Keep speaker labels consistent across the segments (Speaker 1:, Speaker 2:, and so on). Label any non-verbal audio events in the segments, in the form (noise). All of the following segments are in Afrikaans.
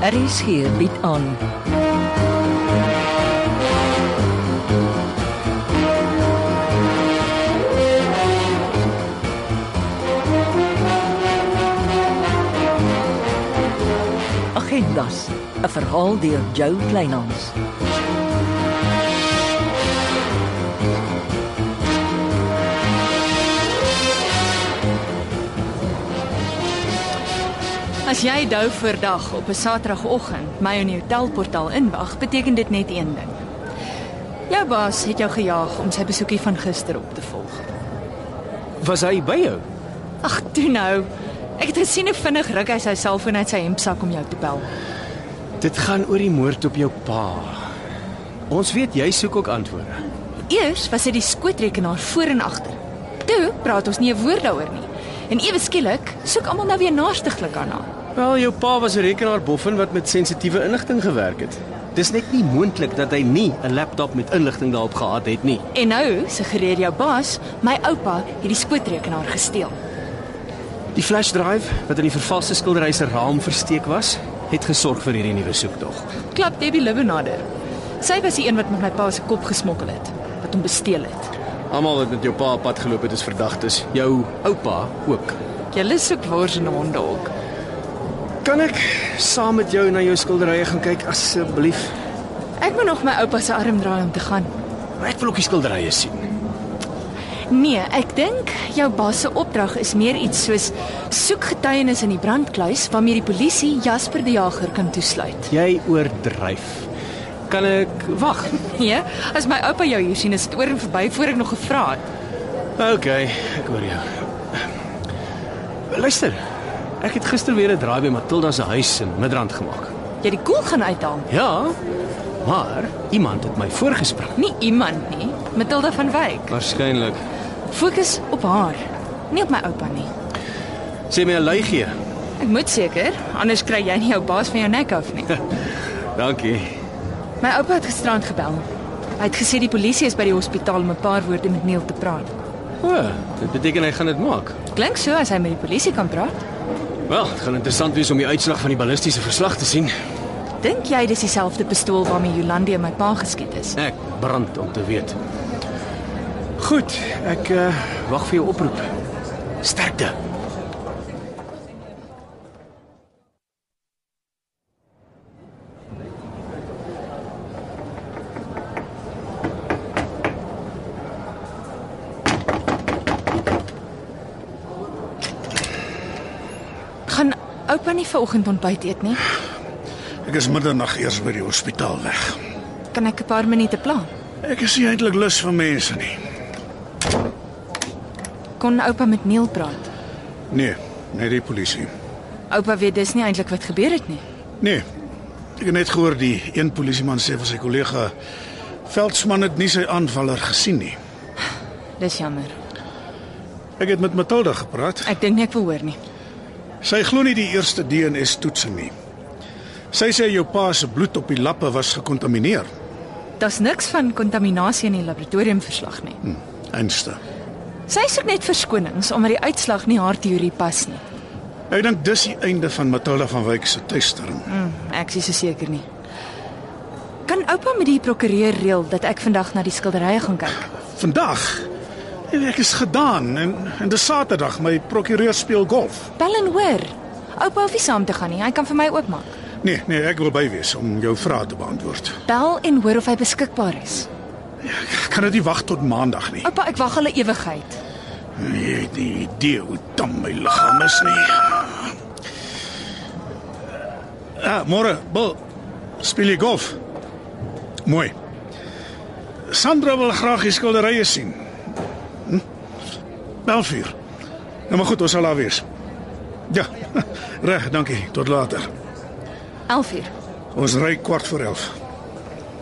Speaker 1: RSG bied aan. Agendas, 'n verhaal deur Jo Kleinhans.
Speaker 2: As jy dou vir dag op 'n Saterdagoggend my in die hotelportaal inwag, beteken dit net een ding. Jou baas het jou gejaag om sy besoekie van gister op te volg.
Speaker 3: Was hy by jou?
Speaker 2: Ag, toe nou. Ek het gesien hoe vinnig ruk hy sy selfoon uit sy hempsak om jou te bel.
Speaker 3: Dit gaan oor die moord op jou pa. Ons weet jy soek ook antwoorde.
Speaker 2: Eers was dit die skootrekenaar voor en agter. Toe praat ons nie 'n woord daaroor nie. En ewe skielik soek almal nou weer naastiglik aan haar.
Speaker 3: Wel, jou pa was 'n rekenaarboffin wat met sensitiewe inligting gewerk het. Dis net nie moontlik dat hy nie 'n laptop met inligting daarop gehad het nie.
Speaker 2: En nou suggereer jou baas, my oupa het die skootrekenaar gesteel.
Speaker 3: Die flashdraai wat in die vervalste skildery se raam versteek was, het gesorg vir hierdie nuwe soekdog.
Speaker 2: Klap Debbie Libbe nader. Sy was die een wat met my pa se kop gesmokkel het, wat hom besteel het.
Speaker 3: Almal wat met jou pa op pad geloop het, is verdagtes. Jou oupa ook.
Speaker 2: Julle soek wors en honde ook.
Speaker 3: Kan ek saam met jou na jou skilderye gaan kyk asseblief?
Speaker 2: Ek moet nog my oupa se arm draai om te gaan.
Speaker 3: Ek wil ook die skilderye sien.
Speaker 2: Nee, ek dink jou baas se opdrag is meer iets soos soek getuienis in die brandkluis waarmee die polisie Jasper die Jager kan toesluit.
Speaker 3: Jy oordryf. Kan ek wag?
Speaker 2: Nee, as my oupa jou hier sien is dit oor en verby voor ek nog gevra het.
Speaker 3: OK, ek hoor jou. Luister. Ek het gister weer 'n draai by Matilda se huis in Midrand gemaak.
Speaker 2: Jy die koel gaan uithaal.
Speaker 3: Ja, maar iemand het my voorgespreek.
Speaker 2: Nie iemand nie, Matilda van Wyk.
Speaker 3: Waarskynlik.
Speaker 2: Fokus op haar, nie op my oupa nie.
Speaker 3: Sê my 'n luigie.
Speaker 2: Ek moet seker, anders kry jy nie jou baas van jou nek af nie.
Speaker 3: Dankie.
Speaker 2: My oupa het gisterand gebel. Hy het gesê die polisie is by die hospitaal om 'n paar woorde met Neil te praat.
Speaker 3: O, oh, dit beteken hy gaan dit maak.
Speaker 2: Klink so as hy met die polisie kan praat.
Speaker 3: Wel, dit gaan interessant wees om die uitslag van die ballistiese verslag te sien.
Speaker 2: Dink jy dis dieselfde pistool waarmee Jolande my pa geskiet is?
Speaker 3: Ek brand om te weet. Goed, ek uh, wag vir jou oproep. Sterkte.
Speaker 2: Gaan oupa nie vanoggend ontbyt eet nie?
Speaker 4: Ek is middernag eers by die hospitaal weg.
Speaker 2: Kan ek 'n paar minute plan?
Speaker 4: Ek is nie eintlik lus vir mense nie.
Speaker 2: Kon oupa met Neil praat?
Speaker 4: Nee, net die polisie.
Speaker 2: Oupa weet dis nie eintlik wat gebeur het nie.
Speaker 4: Nee. Ek het net gehoor die een polisieman sê vir sy kollega Veldsmann het nie sy aanvaller gesien nie.
Speaker 2: Dis jammer.
Speaker 4: Ek het met Matilda gepraat.
Speaker 2: Ek dink nie ek wil hoor nie.
Speaker 4: Sy glo nie die eerste DNS-toetsing nie. Sy sê jou pa se bloed op die lappe was gekontamineer.
Speaker 2: Daar's niks van kontaminasie in die laboratoriumverslag nie.
Speaker 4: Hm, einste.
Speaker 2: Sy soek net verskonings omdat die uitslag nie haar teorie pas nie.
Speaker 4: Ek dink dis die einde van Matilda van Wyk se tuistering.
Speaker 2: Mm, ek is nie so seker nie. Kan oupa met die prokureur reël dat ek vandag na die skilderye gaan kyk?
Speaker 4: Vandag ek is gedaan en en dis Saterdag my prokureur speel golf.
Speaker 2: Bel en hoor. Oupa hoef nie saam te gaan nie. Hy kan vir my oopmaak.
Speaker 4: Nee, nee, ek wil by wees om jou vrae te beantwoord.
Speaker 2: Bel en hoor of hy beskikbaar is.
Speaker 4: Ek kan dit nie wag tot maandag nie.
Speaker 2: Oupa, ek wag al 'n ewigheid.
Speaker 4: Jy het nie idee hoe tam my liggaam is nie. Ah, môre, Bill, speel jy golf? Mooi. Sandra wil graag die skilderye sien. Hm? Belfuur. Nou maar goed, ons sal daar wees. Ja. (laughs) Reg, dankie. Tot later.
Speaker 2: 11uur.
Speaker 4: Ons ry kwart voor 11.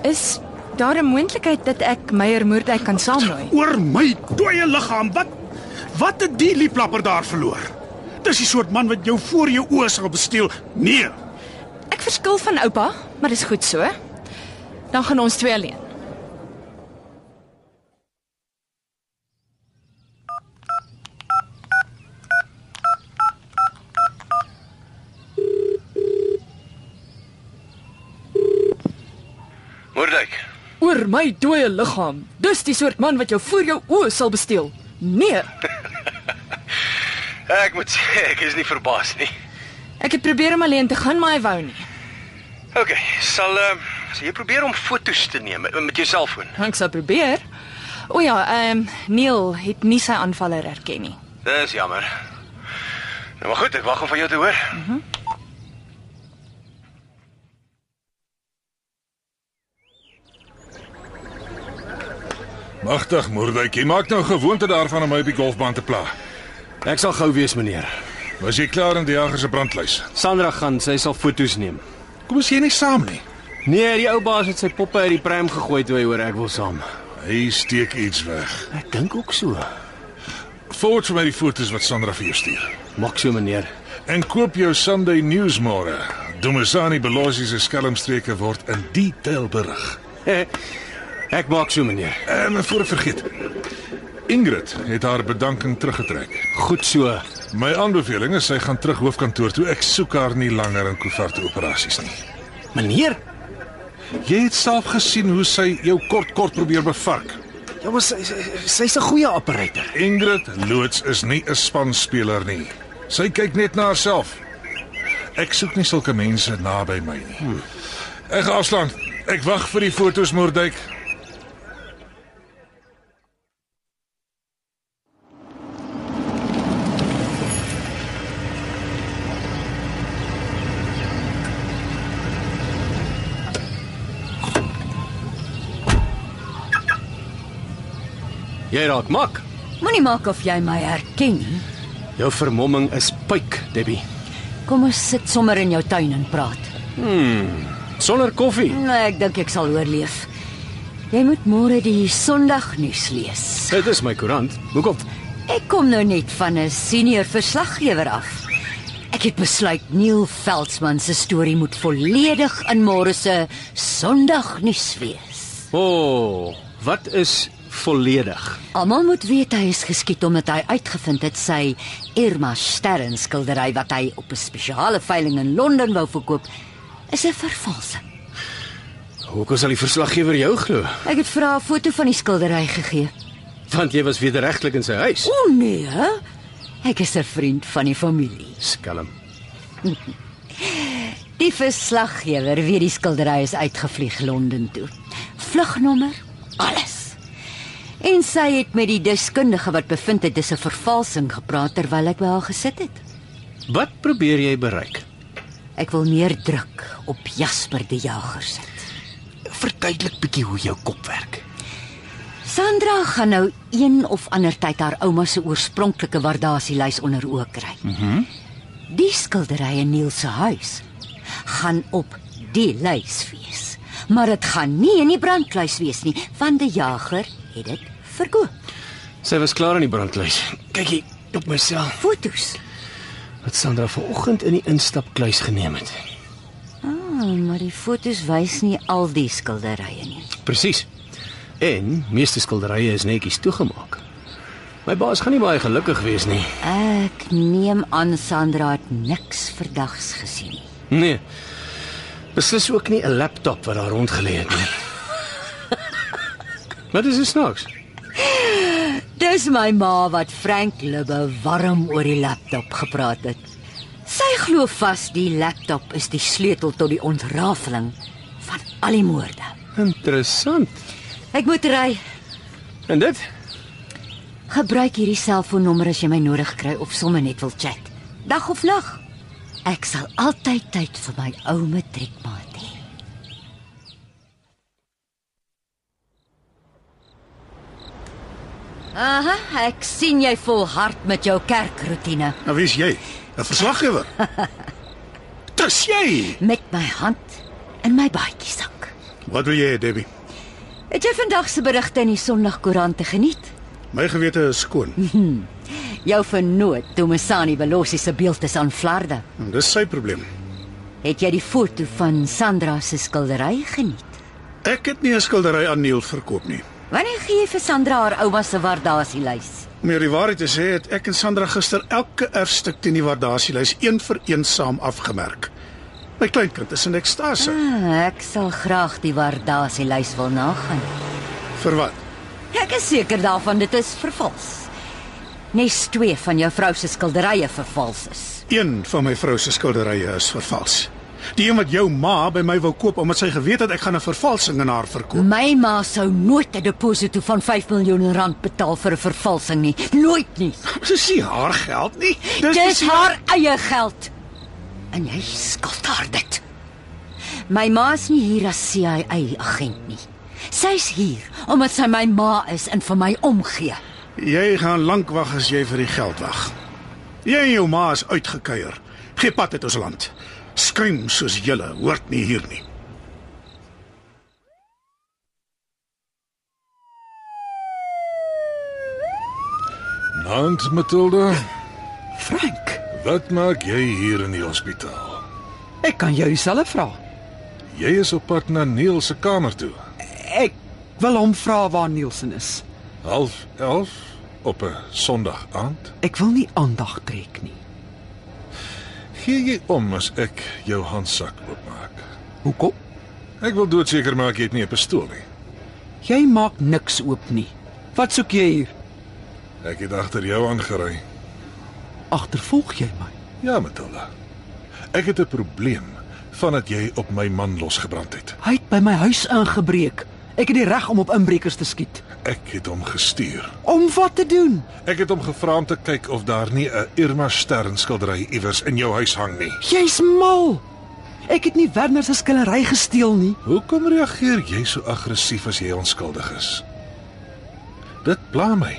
Speaker 2: Is daar 'n moontlikheid dat ek Meyer Moerdijk kan saamnooi?
Speaker 4: Oor my dooie liggaam. Wat wat het die lieplapper daar verloor? Dis die soort man wat jou voor jou oë sal besteel. Nee.
Speaker 2: Ek verskil van oupa, maar dis goed so. Dan gaan ons twee alleen.
Speaker 5: Moerdijk.
Speaker 2: Oor my dooie liggaam. Dis die soort man wat jou voor jou oë sal besteel. Nee,
Speaker 5: Ek moet
Speaker 3: (laughs)
Speaker 5: sê ek is nie verbaas nie.
Speaker 2: ek het probeer om alleen te gaan, maar hy wou nie.
Speaker 5: OK, sal ehm sal jy probeer om foto's te neem eh, met, met jou selfoon.
Speaker 2: Ek sal probeer. O ja, ehm um, Neil het nie sy aanvaller erken nie.
Speaker 5: Dis jammer. Nou maar goed, ek wag om van jou te hoor.
Speaker 6: Magtig, Moerdijk, jy maak nou gewoonte daarvan om my op die golfbaan te pla.
Speaker 3: Ek sal gou wees, meneer.
Speaker 6: Was jy klaar in die jager se brandlys?
Speaker 3: Sandra gaan, sy sal foto's neem.
Speaker 6: Kom as jy nie saam nie.
Speaker 3: Nee, die ou baas het sy poppe uit die pram gegooi toe hy hoor ek wil saam.
Speaker 6: Hy steek iets weg.
Speaker 3: Ek dink ook so.
Speaker 6: Forward vir my die foto's wat Sandra vir jou stuur.
Speaker 3: Maak so, meneer. (laughs)
Speaker 6: En koop jou Sunday News môre. Dumisani Belosi se skelmstreke word in detail berig.
Speaker 3: Ek maak so, meneer.
Speaker 6: En voor ek vergeet. Ingrid het haar bedanking teruggetrek.
Speaker 3: Goed so.
Speaker 6: My aanbeveling is sy gaan terug hoofkantoor toe. Ek soek haar nie langer in Koevarte operasies nie.
Speaker 3: Meneer,
Speaker 6: Jy het self gesien hoe sy jou kort kort probeer bevark.
Speaker 3: ja, maar sy sy- sy's 'n goeie operator.
Speaker 6: Ingrid Loods is nie 'n spanspeler nie. Sy kyk net na haarself. Ek soek nie sulke mense naby my nie.
Speaker 4: Hmm.
Speaker 6: Ek gaan afslaan. Ek wag vir die fotos Moerdijk.
Speaker 3: Jy raak mak.
Speaker 7: Moenie maak of jy my herken nie.
Speaker 3: Jou vermomming is pyk, Debbie.
Speaker 7: Kom ons sit sommer in jou tuin en praat.
Speaker 3: Sonder koffie.
Speaker 7: Nee, ek dink ek sal oorleef. Jy moet môre die Sondagnuus lees.
Speaker 3: Dit is my koerant. Hoekom?
Speaker 7: Ek kom nou net van 'n senior verslaggewer af. Ek het besluit Neil Veldsmann se storie moet volledig in môre se Sondagnuus wees.
Speaker 3: O, oh, wat is volledig?
Speaker 7: Almal moet weet hy is geskiet omdat hy uitgevind het sy Irma Stern skildery wat hy op 'n spesiale veiling in Londen wou verkoop, is 'n vervalsing.
Speaker 3: Hoekom sal die verslaggewer jou glo?
Speaker 7: Ek het vir haar 'n foto van die skildery gegee.
Speaker 3: Want jy was wederregtelik in sy huis.
Speaker 7: O nee, hè? Ek is 'n vriend van die familie.
Speaker 3: Skelm.
Speaker 7: Die verslaggewer weet die skildery is uitgevlieg Londen toe. Vlugnommer, alles. En sy het met die deskundige wat bevind het dis 'n vervalsing gepraat terwyl ek by haar gesit het.
Speaker 3: Wat probeer jy bereik?
Speaker 7: Ek wil meer druk op Jasper die Jager sit.
Speaker 3: Verduidelik bietjie hoe jou kop werk.
Speaker 7: Sandra gaan nou een of ander tyd haar ouma se oorspronklike waardasielys onder oë kry. Die skilderye in Neil se huis gaan op die lys wees. Maar dit gaan nie in die brandkluis wees nie, want die jager het dit verkoop.
Speaker 3: Sy was klaar aan die brandlys. Kyk hier op my sel
Speaker 7: Fotos.
Speaker 3: wat Sandra vanoggend in die instapkluis geneem het.
Speaker 7: Ah, maar die fotos wys nie al die skilderye nie.
Speaker 3: Presies. En meeste skilderye is netjies toegemaak. My baas gaan nie baie gelukkig wees nie.
Speaker 7: Ek neem aan Sandra het niks verdags gesien nie.
Speaker 3: Nee. Beslis ook nie 'n laptop wat daar rond gelê het nie. (laughs) Wat is dit snaaks?
Speaker 7: Dis my ma wat Frank Libbe warm oor die laptop gepraat het. Sy glo vas die laptop is die sleutel tot die ontrafeling van al die moorde.
Speaker 3: Interessant.
Speaker 7: Ek moet ry.
Speaker 3: En dit?
Speaker 7: Gebruik hierdie selfoonnommer as jy my nodig kry of sommer net wil chat. Dag of nag. Ek sal altyd tyd vir my ou matriekmaat hê. Aha, ek sien jy volhard met jou kerkroetine.
Speaker 4: Nou wie's jy? 'n Verslaggewer. Dis jy.
Speaker 7: met my hand in my baadjiesak.
Speaker 4: Wat wil jy, hê, Debbie?
Speaker 7: Het jy vandag se berigte in die Sondagkoerante geniet?
Speaker 4: My gewete is skoon.
Speaker 7: Jou vernoot Domisani Belossi se beeld is aan Vlarde.
Speaker 4: En dis sy probleem.
Speaker 7: Het jy die foto van Sandra se skildery geniet?
Speaker 4: Ek het nie 'n skildery aan Neil verkoop nie.
Speaker 7: Wanneer gee jy vir Sandra haar ouma se waardasielys?
Speaker 4: Om jou die waarheid te sê, het ek en Sandra gister elke erfstuk teen die waardasielys een vir een saam afgemerk. My kleinkind is in ekstase.
Speaker 7: Ah, ek sal graag die waardasielys wil nagaan.
Speaker 4: Vir wat?
Speaker 7: Ek is seker daarvan dit is vervals. Nes twee van jou vrou se skilderye vervals is.
Speaker 4: Een van my vrou se skilderye is vervals. Die een wat jou ma by my wou koop omdat sy geweet het ek gaan 'n vervalsing aan haar verkoop.
Speaker 7: My ma sou nooit 'n deposito van 5 miljoen rand betaal vir 'n vervalsing nie. Nooit nie.
Speaker 4: Dis nie haar geld nie.
Speaker 7: Dis haar eie geld. En jy skuld haar dit. My ma is nie hier as CIA agent nie. Sy's hier omdat sy my ma is en vir my omgee.
Speaker 4: Jy gaan lank wag as jy vir die geld wag. Jy en jou ma is uitgekuier. Gee pad uit ons land. Skuim soos julle hoort nie hier nie.
Speaker 6: Nant Matilda,
Speaker 8: Frank,
Speaker 6: wat maak jy hier in die hospitaal?
Speaker 8: ek kan jou self vra.
Speaker 6: Jy is op pad na Neil se kamer toe.
Speaker 8: Ek wil hom vra waar Nielsen is.
Speaker 6: Half 11 op 'n Sondag aand.
Speaker 8: Ek wil nie aandag trek nie.
Speaker 6: Gee jy om as ek jou handsak oopmaak?
Speaker 8: Hoekom?
Speaker 6: Ek wil doodseker maak jy het nie 'n pistool nie.
Speaker 8: Jy maak niks oop nie. Wat soek jy hier?
Speaker 6: Ek het agter jou aangery.
Speaker 8: Agtervolg jy my?
Speaker 6: Ja, Matilda. Ek het 'n probleem vandat jy op my man losgebrand het.
Speaker 8: Hy het by my huis ingebreek. Ek het die reg om op inbrekers te skiet.
Speaker 6: Ek het hom gestuur.
Speaker 8: Om wat te doen?
Speaker 6: Ek het hom gevra om te kyk of daar nie 'n Irma Stern skildery iewers in jou huis hang nie.
Speaker 8: Jy's mal. Ek het nie Werner se skillery gesteel nie.
Speaker 6: Hoekom reageer jy so aggressief as jy onskuldig is? Dit pla my.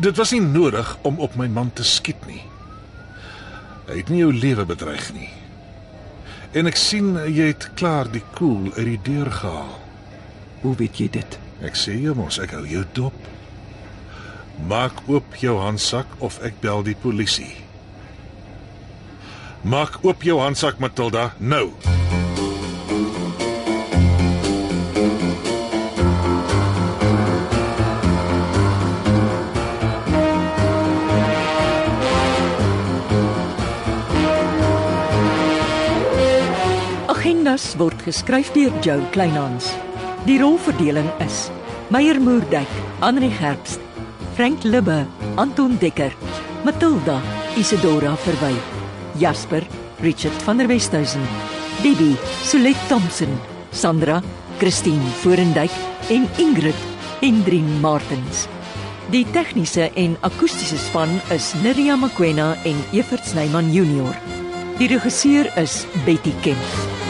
Speaker 6: Dit was nie nodig om op my man te skiet nie. Hy het nie jou lewe bedreig nie. En ek sien jy het klaar die koel uit die deur gehaal.
Speaker 8: Hoe weet jy dit?
Speaker 6: Ek sê jou mos, ek hou jou dop. Maak oop jou handsak of ek bel die polisie. Maak oop jou handsak, Matilda, nou.
Speaker 1: Agendas word geskryf deur Jo Kleinhans. Die rolverdeling is: Meyer Moerdijk, Henri Gerst, Frank Libbe, Anton Dekker, Matilda Isidora Verwy, Jasper Richard van der Westhuizen, Bibi Solet Thompson, Sandra Christine Forendyk en Ingrid Hendrin Martens. Die tegniese en akoestiese span is Nirya Mkwena en Evert Snyman Junior. Die regisseur is Betty Kemp.